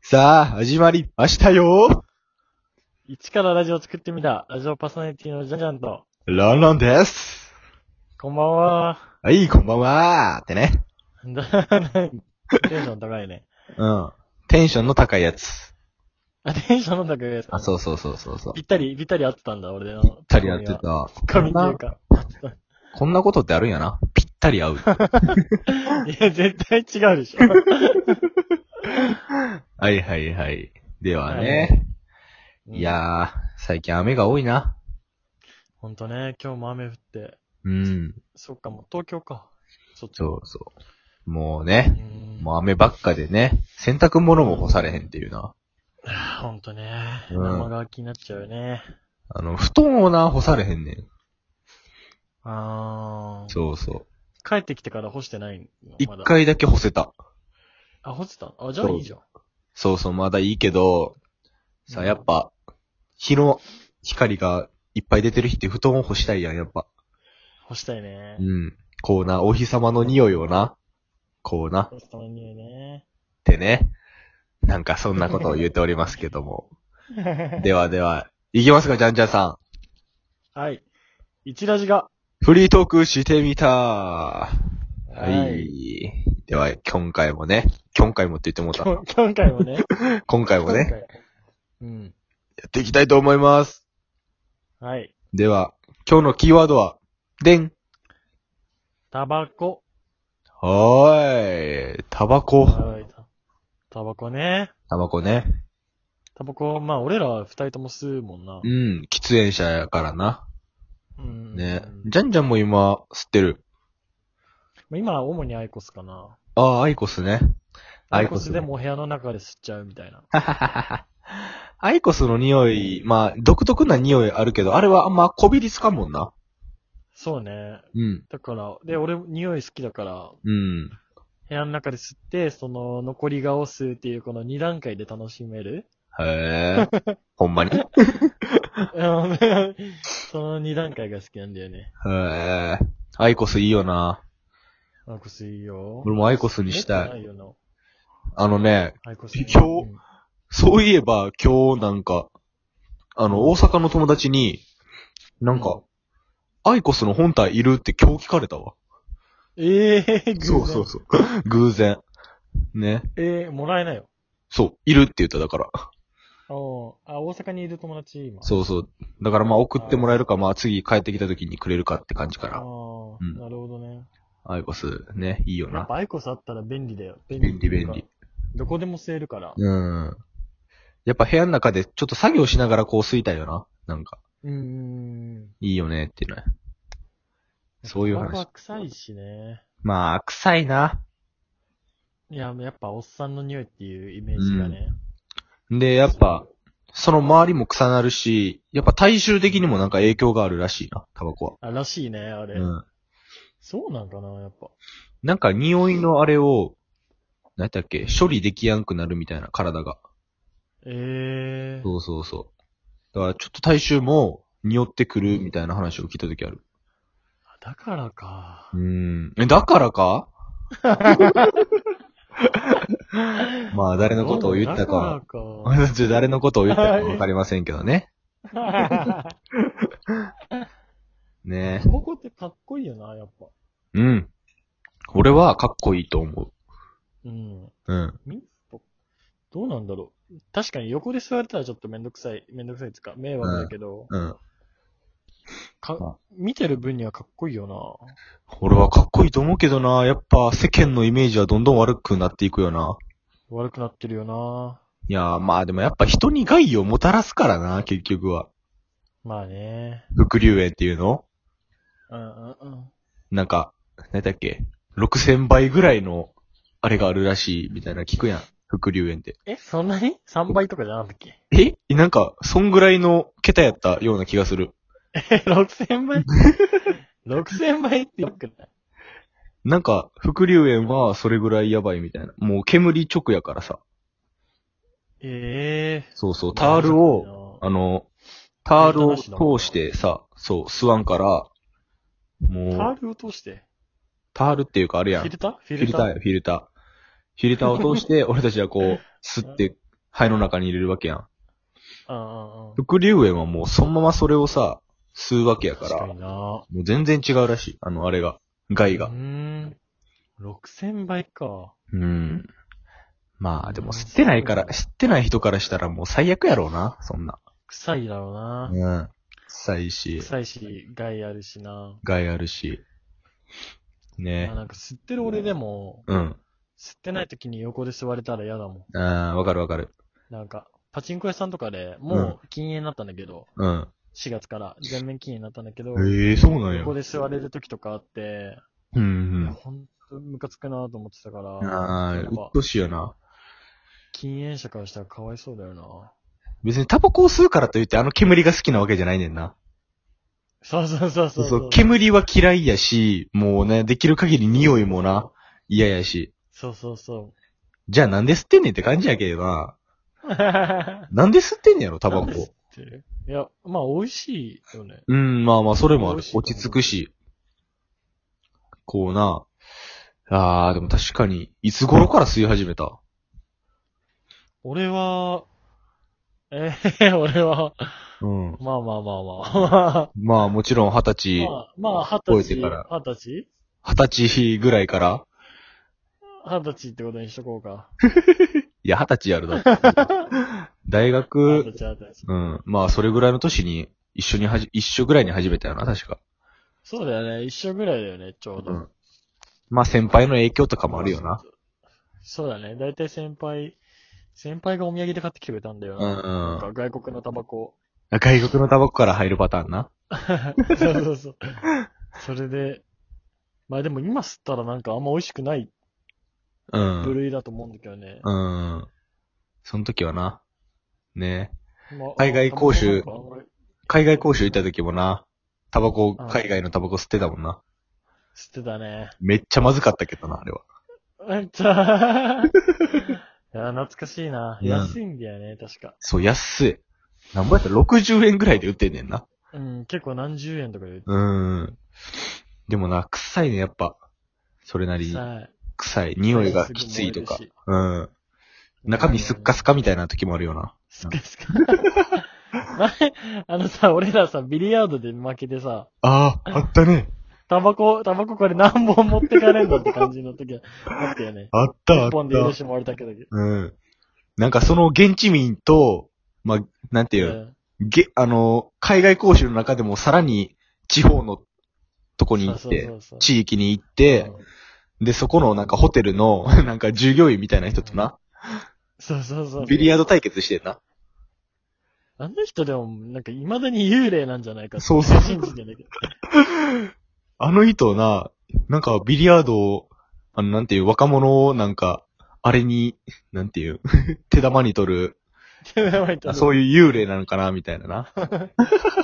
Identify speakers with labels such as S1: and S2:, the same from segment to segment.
S1: さあ、始まりましたよ
S2: 一からラジオを作ってみた、ラジオパーソナリティのジャンジャンと、
S1: ランランです
S2: こんばんは。
S1: はい、こんばんはーってね。
S2: だテンション高いね。
S1: うん。テンションの高いやつ。
S2: あ、テンションの高いやつ。
S1: あ、そうそうそうそうそう。
S2: ぴったり、ぴったり合ってたんだ、俺の。
S1: ぴったりやってた。
S2: ツッコミが。髪って いうか。
S1: こんなことってあるんやな。ぴったり合 う。
S2: いや、絶対違うでしょ。
S1: はいはいはい。では
S2: は
S1: ね。 い、やー、最近雨が多いな。
S2: ほんとね、今日も雨降って。
S1: うん。
S2: そっか、もう東京か。そっち。
S1: そうそう。もう
S2: う
S1: ね。
S2: ん。
S1: もう雨ばっかでね。洗濯物も干されへんっていうな。
S2: あー、ほんとね。
S1: うん
S2: 生乾きになっちゃうよね。
S1: あの、布団をな、干されへんねん。
S2: あー。
S1: そうそう。
S2: 帰ってきてから干してないの
S1: 一
S2: まだ。。
S1: 回だけ干せた。
S2: あ、干してたあ、じゃあいいじゃん。
S1: そうそう、まだいいけど、さ、やっぱ、日の光がいっぱい出てる日って布団を干したいやん、やっぱ。
S2: 干したいね
S1: う。ん。こうな、お日様の匂いをな、こうな、
S2: 干したの匂いね。
S1: ってね。なんかそんなことを言っておりますけど も。ではでは、いきますか、じゃんじゃんさ
S2: はい。一ラジが。
S1: ん。フリートークしてみたはい。では、今回もね、今回もって言っても
S2: きょ
S1: う
S2: 今回もね。
S1: た。 今回も
S2: 今
S1: ね、
S2: 回。うん。
S1: やっていきたいと思います。
S2: はい。
S1: では、今日のキーワードは、でん。
S2: タバコ。
S1: はーい。タバコ。
S2: はい。タタバコね。
S1: タバコね。
S2: タバコ、まあ俺ら二人とも吸うもんな
S1: う。ん。喫煙者やからな。
S2: うん
S1: ね。じゃんじゃんも今、吸ってる。
S2: まあ今は主にアイコスかな。
S1: ああ、アイコスね。ア
S2: ア
S1: イ
S2: イ
S1: コ
S2: コ
S1: ス
S2: ス
S1: ね
S2: でもお部屋の中で吸っちゃうみたいな。
S1: アイコスの匂い、まあ、独特な匂いあるけど、あれはあんまこびりつかんもんな。
S2: そうね。
S1: うん。
S2: だから、で、俺、匂い好きだから、
S1: うん。
S2: 部屋の中で吸って、その、残り顔を吸うっていう、この二段階で楽しめ る。
S1: へ え。ほんまにへ
S2: うん その二段階が好きなんだよね。
S1: え。アイコスいいよな。
S2: アイコスいいよ。
S1: 俺もアイコスにした。
S2: 持ってないいよな。
S1: あのね、
S2: アイコス。
S1: 今日そういえば今日なんか、あの、大阪の友達に、なんか、アイコスの本体いるって今日聞かれたわ。
S2: ええー、偶然
S1: そう。偶然。ね。
S2: ええー、もらえないよ。
S1: そう、いるって言っただから。
S2: おあ、大阪にいる友達、今。う
S1: そうそう。だからまあ送ってもらえるか、まあ次帰ってきた時にくれるかって感じか
S2: ああ
S1: ら。、ん
S2: なるほどね。
S1: アイコス、ね、いいよ
S2: やっ
S1: な。
S2: ぱアイコスあったら便利だよ。便
S1: 便利便利。。
S2: どこでも吸えるから。
S1: うん。やっぱ部屋の中でちょっと作業しながらこう吸いたいよな。なんか、
S2: うんうんうん。
S1: いいよねっていうね。そういう話
S2: タバコは臭いしね。
S1: まあ、臭いな。
S2: いや、やっぱおっさんの匂いっていうイメージがね。
S1: で、やっぱ、その周りも臭なるし、やっぱ大衆的にもなんか影響があるらしいな、タバコは。
S2: あ、らしいね、あれ。
S1: うん。
S2: そうなんかな、やっぱ。
S1: なんか匂いのあれを、何やったっけ、処理できやんくなるみたいな、体が。
S2: ええー。
S1: そうそうそう。だからちょっと大衆も匂ってくるみたいな話を聞いた時ある。
S2: だからか。
S1: うん。え、だから かまあ、誰のことを言ったかは
S2: だ、からか。
S1: 誰のことを言ったかはわかりませんけどね。
S2: タ
S1: ね
S2: バコってかっこいいよな、やっぱ。
S1: うん。俺はかっこいいと思
S2: うん。
S1: う。うん。
S2: みどうなんだろう。確かに横で座れたらちょっとめんどくさい、めんどくさいっていうか、迷惑だけど、
S1: うん。
S2: か、見てる分にはかっこいいよ
S1: 俺はかっこいいと思うけどな。やっぱ世間のイメージはどんどん悪くなっていくよな。
S2: な。悪くなってるよない
S1: やー、まあでもやっぱ人に害をもたらすからな、結局は。
S2: まあね。
S1: 副流炎っていうの
S2: うんうんうん。
S1: なんか、何だっけ ?6000 倍ぐらいの、あれがあるらしい、みたいな聞くやん。副流炎って。
S2: え、そんなに ?3 倍とかじゃなかったっけ
S1: えなんか、そんぐらいの桁やったような気がする。
S2: え、6000倍 ?6000 倍ってよくない
S1: なんか、副流炎はそれぐらいやばいみたいな。もう煙直やからさ。
S2: ええ
S1: そうそう、タールを、
S2: を、
S1: あの、タールを通してさ、そう、吸わんから、
S2: タ
S1: もう、
S2: ールを通して。
S1: タールっていうかあれやん。
S2: フィ
S1: フ
S2: ルターフ
S1: ィルターよ、フィルター。フィルターを通して、俺たちはこう、吸って肺の中に入れるわけやん。
S2: ああ、
S1: 副流炎はもうそのままそれをさ、吸うわけやか、
S2: 確からにな。
S1: もう全然違うらしい。あの、あれが。害が
S2: うー。ん。6000倍か。
S1: うん。まあ、でも吸ってないから、吸ってない人からしたらもう最悪やろうな、そんな。
S2: 臭いだろうな。
S1: うん。臭いし、
S2: 臭いし、害あるしな。
S1: 害あるし。
S2: ま
S1: ね
S2: あ、。なんか吸ってる俺でも、
S1: うん。
S2: 吸ってない時に横で座れたら嫌だも
S1: ああ、わかるわかる。
S2: ん。なんか、パチンコ屋さんとかでもう禁煙になったんだけど、
S1: うん。
S2: 4月から全面禁煙になったんだけど、
S1: ええそうなんや。
S2: 横で座れる時とかあって、
S1: うん
S2: いうや
S1: ん。
S2: ほんとムカつくなと思ってたから、
S1: ああ、
S2: や
S1: う
S2: っ
S1: っ
S2: ぱ
S1: とうしいよな。
S2: 禁煙者からしたらかわいそうだよな。
S1: 別にタバコを吸うからといってあの煙が好きなわけじゃないねんな。
S2: そうそうそう
S1: そ
S2: そうう。
S1: そう、煙は嫌いやし、もうね、できる限り匂いもな、嫌やし。
S2: そうそうそ
S1: じゃあなんで吸ってんねんって感じやけどな。
S2: う。タ
S1: なんで吸ってんねんやろ、タバコ。。
S2: いや、まあ美味しいよね。
S1: うん、まあまあ、それもあ
S2: 美
S1: る
S2: 味しい。と思う
S1: 落ち着くし。こうな。あー、でも確かに、いつ頃から吸い始めた
S2: 俺は、えー、 俺は、
S1: うん。
S2: まあまあまあまあ。
S1: まあもちろん二十歳、
S2: まあ、まあ、二
S1: 超え
S2: 十歳。
S1: てから
S2: 二十歳
S1: 二十歳ぐらいから
S2: 二十歳ってことにしとこうか。
S1: いや、二十歳やる だ。大
S2: 二
S1: 学
S2: 十、歳、二十歳。
S1: うん。まあ、それぐらいの年に、一緒にはじ、一緒ぐらいに始めたよな、確か。
S2: そうだよね。一緒ぐらいだよね、ちょうど。
S1: うん。まあ、先輩の影響とかもあるよな。。
S2: そうだね。だいたい先輩、先輩がお土産で買ってきてくれたんだよ
S1: うん
S2: な。
S1: う
S2: なん
S1: ん。
S2: か外国のタバコ。
S1: 外国のタバコから入るパターンな。
S2: そうそうそう。それで、まあでも今吸ったらなんかあんま美味しくない
S1: う
S2: 部
S1: ん。
S2: 類だと思うんだけどね。
S1: うん。その時はな。ね
S2: まあ
S1: 海外講習。
S2: あんまり
S1: 海外講習行った時もな、タバコ、海外のタバコ吸ってたもんな。
S2: 吸ってたね。
S1: めっちゃまずかったけどな、あれは。
S2: めっち ゃ。いや、懐かしいな。
S1: うん
S2: 安いんだよね、確か。
S1: そう、安い。なんぼやったら60円ぐらいで売ってんねんな。
S2: うん、結構何十円とかで。
S1: うん。でもな、臭いね、やっぱ。それなりに。
S2: さ
S1: 臭い。
S2: あ
S1: 匂いがきついとか
S2: す。ぐ燃えるし
S1: うん。中身すっかすかみたいな時もあるよな。
S2: すっかすか。前、あのさ、俺らさ、ビリヤードで負けてさ、
S1: ああ、あったね。
S2: タバコ、タバコこれ何本持ってかれんのって感じの時あったよね。
S1: あっ
S2: 一本で許してもらえたけど。
S1: うん。なんかその現地民と、まあ、なんていうう、
S2: ん
S1: げ、あの、海外講習の中でもさらに地方のとこに行っ
S2: そう
S1: て
S2: そ、うそうそう
S1: 地域に行って、で、そこのなんかホテルの、 なんか従業員みたいな人とな、
S2: そうそうそう。
S1: ビリヤード対決してんな。
S2: あの人でも、なんか未だに幽霊なんじゃないかって
S1: そうそう
S2: 信じてんだけど。
S1: あの人な、なんかビリヤードを、あの、なんていう、若者をなんか、あれに、なんていう、 手玉に取る、 あ
S2: そ
S1: そうういう幽霊なのかな、みたいなな。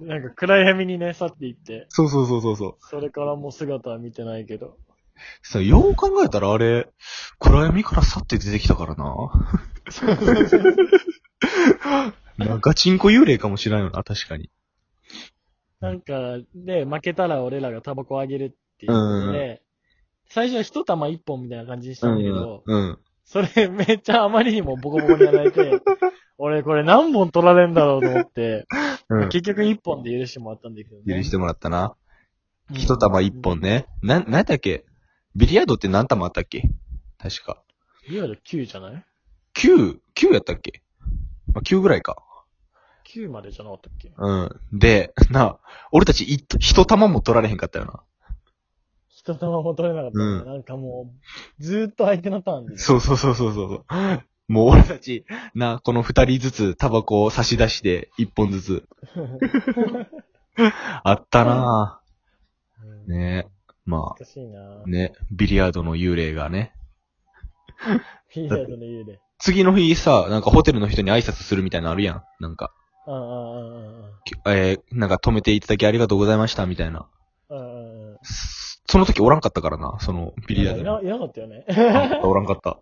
S2: なんか暗闇にね、去っていって、
S1: そうそうそうそうそう。
S2: それからもう姿は見てないけ ど。
S1: そう、よう考えたらあれ、暗闇から去って出てきたからな。なんかガチンコ幽霊かもしれないよな、確かに。
S2: なんか、で、負けたら俺らがタバコあげるっていうことで、最初は一玉一本みたいな感じにしたんだけど、
S1: うん。
S2: それめっちゃあまりにもボコボコにやら れて、俺これ何本取られんだろうと思って、
S1: うん。
S2: 結局一本で許してもらったんだけどね。
S1: 許してもらったな。
S2: うん
S1: 一玉一本ね。な、なんだっけビリヤードって何玉あったっけ確か。
S2: いわゆる9じゃない
S1: 9、9やったっけまあ、9ぐらいか。
S2: ?9 までじゃなかったっけ
S1: うん。で、 な、俺たち一、一玉も取られへんかったよな。
S2: 一玉も取れなかったね、
S1: うん
S2: なんかもう、ずーっと相手のターンで。
S1: そうそうそうそうそう。もう俺たち、な、この二人ずつタバコを差し出して、一本ず つ。あったな
S2: うん
S1: ぁ。ねま
S2: 懐かしいな
S1: あ、ね、ビリヤードの幽霊がね。
S2: フィールドの家で。
S1: 次の日さ、なんかホテルの人に挨拶するみたいなのあるやん。なんか、
S2: うんうんうんうん
S1: きえー、なんか止めていただきありがとうございました、みたいな。
S2: うんうんうん。
S1: そその時おらんかったからな、そのビリヤードに
S2: なんかいな。いなかったよね。
S1: あおらんかった。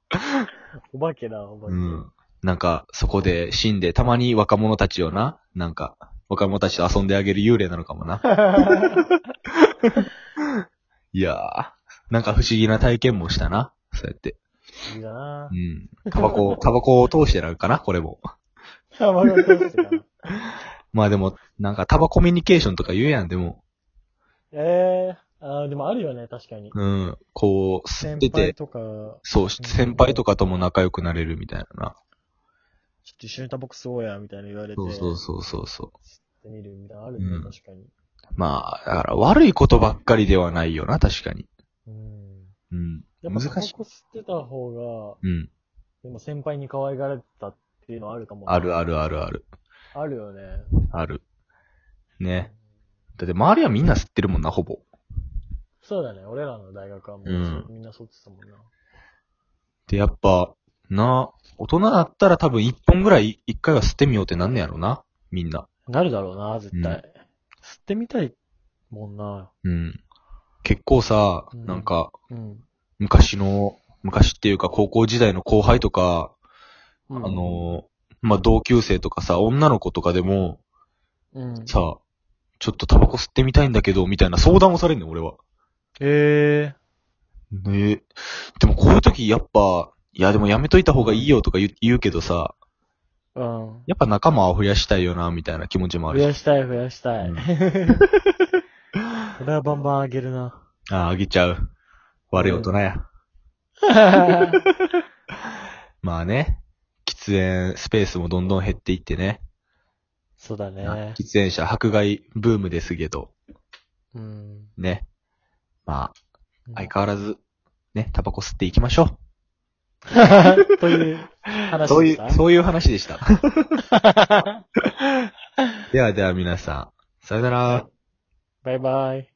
S2: お化けだ、お化け。
S1: うん。なんか、そこで死んで、たまに若者たちをな、なんか、若者たちと遊んであげる幽霊なのかもな。いやー、なんか不思議な体験もしたな。そうやって。
S2: いいな
S1: うん。
S2: ぁ。
S1: タバ コ、タバコを通してなんかな、これも。
S2: タバコ通してたな。
S1: まあでも、なんかタバコミュニケーションとか言うやん、でも。
S2: ええあーでもあるよね、確かに。
S1: うん。こう、吸っ
S2: 先
S1: て
S2: 輩
S1: て、
S2: とか、ちょ
S1: そう、先輩とかとも仲良くなれるみたいなな。
S2: っと一緒にタバコ吸おうや、みたいな言われて、
S1: そう
S2: 吸
S1: そう
S2: っ
S1: そうそうそう。
S2: てみるみたいなのあるよ
S1: うん
S2: ね、確かに。
S1: まあ、だから悪いことばっかりではないよな、確かに。
S2: うん。
S1: うん。
S2: やっぱ
S1: 難しい
S2: タバコ吸ってた方が、
S1: うん。
S2: でも先輩に可愛がられてたっていうのはあるかも。
S1: あるあるあるある。
S2: あるよね。
S1: ある。ね。だって周りはみんな吸ってるもんな、ほぼ。
S2: そうだね、俺らの大学はもう、
S1: うん
S2: みんなそうってたもんな。
S1: で、やっぱ、な、大人だったら多分一本ぐらい一回は吸ってみようってなんねやろな、みんな。
S2: なるだろうな、絶対。
S1: うん
S2: 吸ってみたいもんな。
S1: うん。結構さ、
S2: うん
S1: なんか、
S2: うん。
S1: 昔の、昔っていうか高校時代の後輩とか、
S2: あ
S1: あ、の、まあ、同級生とかさ、女の子とかでも、
S2: うん。
S1: さあ、ちょっとタバコ吸ってみたいんだけど、みたいな相談をされんねん、俺は。
S2: ええ
S1: ねえ。でもこういう時やっぱ、いやでもやめといた方がいいよとか言う言うけどさ、
S2: うん。
S1: やっぱ仲間を増やしたいよな、みたいな気持ちもあ
S2: 増
S1: るし。
S2: やしたい、増やしたい。
S1: うん
S2: これはバンバンあげるな。
S1: ああ、あげちゃう。悪い大人や。まあね、喫煙スペースもどんどん減っていってね。
S2: そうだね
S1: 喫。煙者迫害ブームですけど、
S2: うん。
S1: ね。まあ、相変わらず、ね、タバコ吸っていきましょ
S2: という
S1: う。
S2: 話
S1: そうい
S2: でした
S1: う、そういう話でした。 ではでは皆さん、さよなら。
S2: バイバイ。